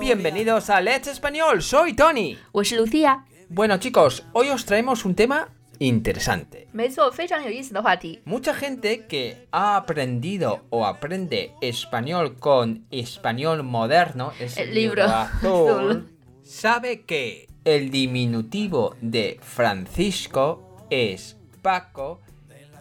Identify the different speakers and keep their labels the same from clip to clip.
Speaker 1: Bienvenidos a Let's Español, soy Tony.
Speaker 2: 我是 Lucia。
Speaker 1: Bueno chicos, hoy os traemos un tema interesante.
Speaker 2: 没错，非常有意思的话题。
Speaker 1: Mucha gente que ha aprendido o aprende español con español moderno, es
Speaker 2: El libro azul.
Speaker 1: sabe que el diminutivo de Francisco es Paco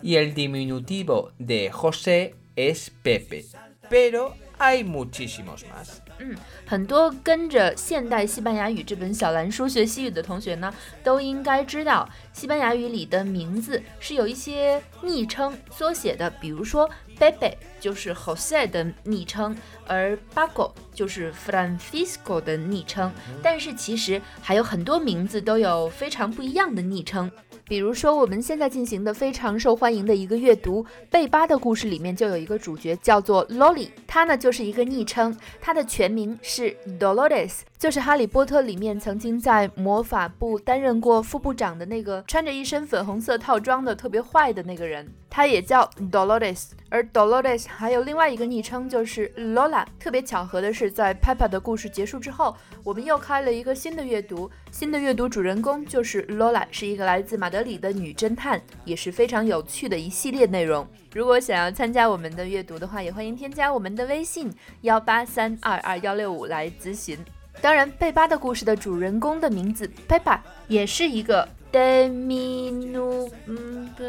Speaker 1: y el diminutivo de José es Pepe. Pero hay muchísimos más.
Speaker 2: 嗯，很多跟着《现代西班牙语》这本小蓝书学西语的同学呢，都应该知道，西班牙语里的名字是有一些昵称缩写的，比如说 Pepe 就是 Jose 的昵称，而 Paco 就是 Francisco 的昵称。但是其实还有很多名字都有非常不一样的昵称。比如说，我们现在进行的非常受欢迎的一个阅读《贝巴的故事》里面就有一个主角叫做 Lolly，她呢就是一个昵称，她的全名是 Dolores，就是《哈利波特》里面曾经在魔法部担任过副部长的那个穿着一身粉红色套装的特别坏的那个人，他也叫 Dolores。而 Dolores 还有另外一个昵称就是 Lola。特别巧合的是，在 Peppa 的故事结束之后，我们又开了一个新的阅读。新的阅读主人公就是 Lola，是一个来自马德里的女侦探，也是非常有趣的一系列内容。如果想要参加我们的阅读的话，也欢迎添加我们的微信幺八三二二幺六五来咨询。当然，贝巴的故事的主人公的名字 Peppa 也是一个 diminu 嗯不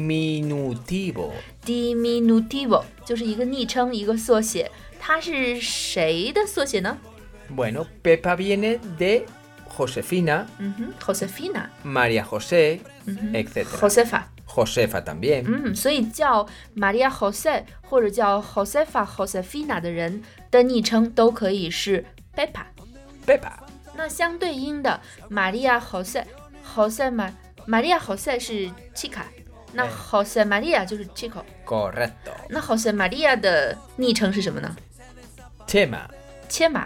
Speaker 1: Diminutivo.
Speaker 2: diminutivo，就是一个昵称，一个缩写。它是谁的缩写呢？
Speaker 1: Bueno, Pepa viene de Josefina,
Speaker 2: 嗯哼，Josefina，
Speaker 1: María José,
Speaker 2: 嗯哼
Speaker 1: etc.
Speaker 2: ，Josefa。
Speaker 1: Josefa también.
Speaker 2: 嗯，所以叫 Maria Jose 或者叫 Josefa Josefina 的人的昵称都可以是 Peppa。
Speaker 1: Pepa.
Speaker 2: 那相对应的 Maria Jose Jose Ma Maria Jose 是 Chica，那
Speaker 1: 哎
Speaker 2: Jose Maria 就是 Chico。
Speaker 1: Correcto.
Speaker 2: 那 Jose Maria 的昵称是什么呢？
Speaker 1: Tema.
Speaker 2: 切马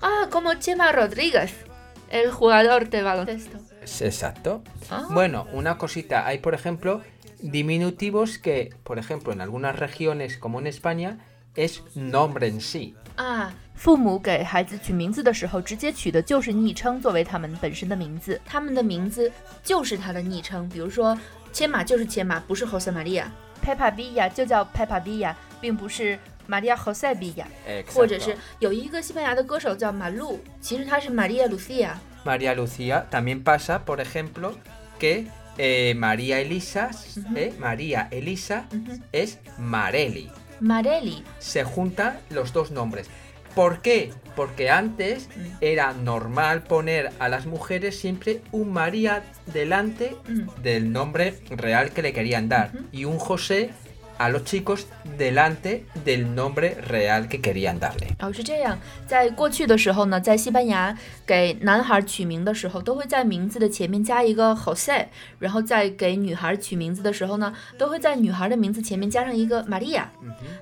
Speaker 2: 啊，como Chema Rodriguez，el jugador de baloncesto。
Speaker 1: Es Exacto.
Speaker 2: 啊，
Speaker 1: Bueno, una cosita. Hay, por ejemplo, diminutivos que, por ejemplo, en algunas regiones, como en España, es nombre en sí.
Speaker 2: 啊，父母给孩子取名字的时候，直接取的就是昵称作为他们本身的名字，他们的名字就是他的昵称。比如说，切马就是切马，不是 Jose Maria。Peppa Villa 就叫 Peppa Villa，并不是 Maria Jose Villa。
Speaker 1: Exacto.
Speaker 2: 或者是有一个西班牙的歌手叫马路，其实他是 Maria Lucia。
Speaker 1: María Lucía. También pasa, por ejemplo, que eh, María Elisa, eh, María Elisa es Mareli.
Speaker 2: Mareli，
Speaker 1: se juntan los dos nombres. ¿Por qué? Porque antes
Speaker 2: Mm.
Speaker 1: era normal poner a las mujeres siempre un María delante
Speaker 2: Mm.
Speaker 1: del nombre real que le querían dar
Speaker 2: Ujú.
Speaker 1: y un José a los chicos delante del nombre real que querían darle.
Speaker 2: 哦，是这样。在过去的时候呢，在西班牙给男孩取名的时候，都会在名字的前面加一个 Jose，然后在给女孩取名字的时候呢，都会在女孩的名字前面加上一个 Maria。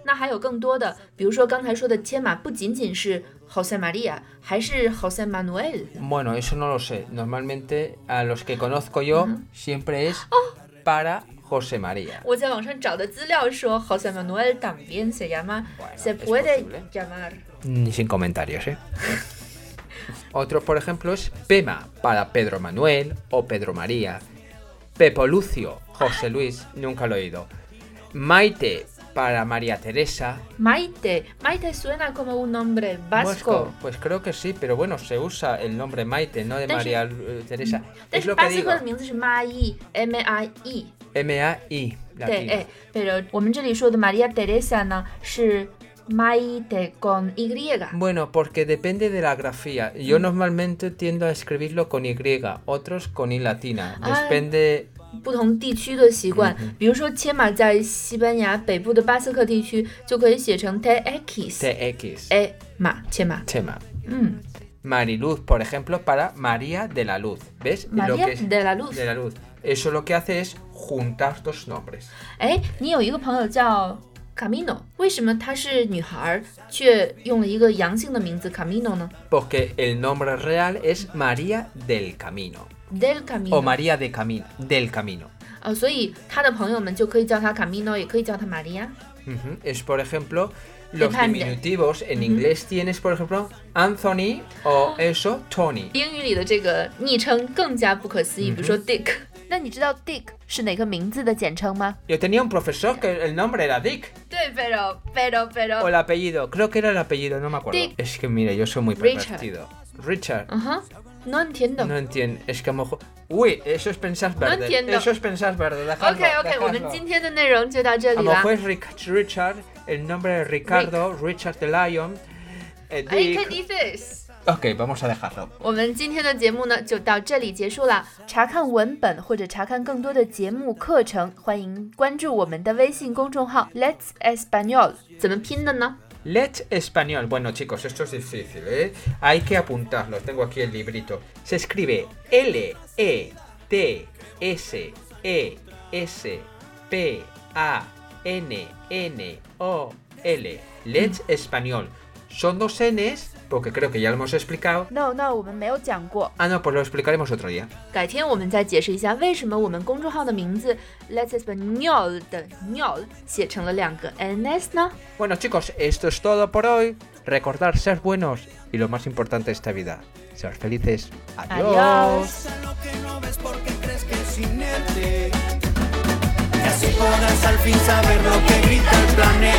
Speaker 2: 那
Speaker 1: 嗯
Speaker 2: 还有更多的，比如说刚才说的切马，不仅仅是 Jose Maria，还是 Jose Manuel。
Speaker 1: Bueno, eso no lo sé. Normalmente a los que conozco yo siempre es
Speaker 2: ¡Oh!
Speaker 1: para José María.
Speaker 2: 我在网上找的资料说，Jose Manuel también se llama
Speaker 1: Bueno,
Speaker 2: se
Speaker 1: es
Speaker 2: puede
Speaker 1: posible.
Speaker 2: llamar。
Speaker 1: Ni sin comentarios, ¿eh? Otro, por ejemplo, es Pema para Pedro Manuel o Pedro María. Pepo Lucio, José Luis, nunca lo he oído. Maite para María Teresa.
Speaker 2: Maite, Maite suena como un nombre vasco.
Speaker 1: Vasco, Pues creo que sí, pero bueno, se usa el nombre Maite, no de
Speaker 2: Pero
Speaker 1: María eh, Teresa.
Speaker 2: 但
Speaker 1: Es
Speaker 2: 是
Speaker 1: lo
Speaker 2: 巴
Speaker 1: que
Speaker 2: 斯
Speaker 1: digo.
Speaker 2: 克的名字是 Mai M I E，
Speaker 1: M-A-I.
Speaker 2: 对，
Speaker 1: latino.
Speaker 2: 哎，pero 我们这里说的 Maria Teresa 呢是 Mai de con Y，
Speaker 1: Bueno, porque depende de la grafía. Yo
Speaker 2: Mm.
Speaker 1: normalmente tiendo a escribirlo con Y, otros con I latina.
Speaker 2: Ah.
Speaker 1: Depende
Speaker 2: 不同地区的习惯。比如说切马在西班牙北部的巴斯克地区就可以写成 Te X，
Speaker 1: TX.
Speaker 2: 哎马切马，
Speaker 1: Tema.
Speaker 2: 嗯
Speaker 1: Mariluz, por ejemplo, para María de la Luz. ¿Ves? Lo que
Speaker 2: ，Maria
Speaker 1: es
Speaker 2: de la Luz。
Speaker 1: de la Luz. Eso lo que hace es juntar dos nombres.
Speaker 2: 哎，你有一个朋友叫 Camino，为什么她是女孩儿却用了一个阳性的名字 Camino 呢
Speaker 1: Porque el nombre real es María del Camino.
Speaker 2: ？Del Camino。
Speaker 1: O María de Camino. Del Camino.
Speaker 2: 啊，所以他的朋友们就可以叫他卡米诺，也可以叫他玛利亚。
Speaker 1: Ujú. Es, por ejemplo, Los
Speaker 2: Depende.
Speaker 1: diminutivos en inglés tienes, por ejemplo, Anthony o
Speaker 2: Ah.
Speaker 1: eso, Tony.
Speaker 2: 英语里的这个昵称更加不可思议，比如说 Dick。那你知道 Dick 是哪个名字的简称吗？
Speaker 1: Yo tenía un profesor que el nombre era Dick.
Speaker 2: 对，pero pero
Speaker 1: O
Speaker 2: pero，
Speaker 1: el apellido, creo que era el apellido, no me acuerdo.
Speaker 2: Dick.
Speaker 1: Es que mire, yo soy muy
Speaker 2: Richard.
Speaker 1: pervertido. Richard.
Speaker 2: 嗯哼，no entiendo。
Speaker 1: No entiendo, es que a lo mejor... Uy, eso es pensar verde.
Speaker 2: entiendo.
Speaker 1: Eso es pensar verde, dejadlo,
Speaker 2: OK OK，
Speaker 1: dejadlo.
Speaker 2: 我们今天的内容就到这
Speaker 1: A
Speaker 2: 里
Speaker 1: lo
Speaker 2: 啦
Speaker 1: mejor。es Ric- Richard, el nombre de Ricardo, Richard the Lion, eh,
Speaker 2: I can
Speaker 1: Dick...
Speaker 2: do this。
Speaker 1: Ok, vamos a dejarlo.
Speaker 2: 我们今天的节目呢就到这里结束了。查看文本或者查看更多的节目课程，欢迎关注我们的微信公众号 Let's Espanol。怎么拼的呢？
Speaker 1: Let español. Bueno, chicos, esto es difícil, ¿eh? Hay que apuntarlo. Tengo aquí el librito. Se escribe L E T S E S P A N N O L. Let español. Son dos N's, porque creo que ya lo hemos explicado.
Speaker 2: No No，我们没有讲过。
Speaker 1: Ah, no, pues lo explicaremos otro día.
Speaker 2: 改天我们再解释一下为什么我们公众号的名字 Let's Espanol 的 Nol 写成了两个 ns 呢？
Speaker 1: Bueno, chicos, esto es todo por hoy. Recordar ser buenos y lo más importante de esta vida, ser felices. Adiós.
Speaker 2: Adiós.
Speaker 3: a lo que no ves porque crees que es inerte. Y así podrás al fin saber lo que grita el planeta.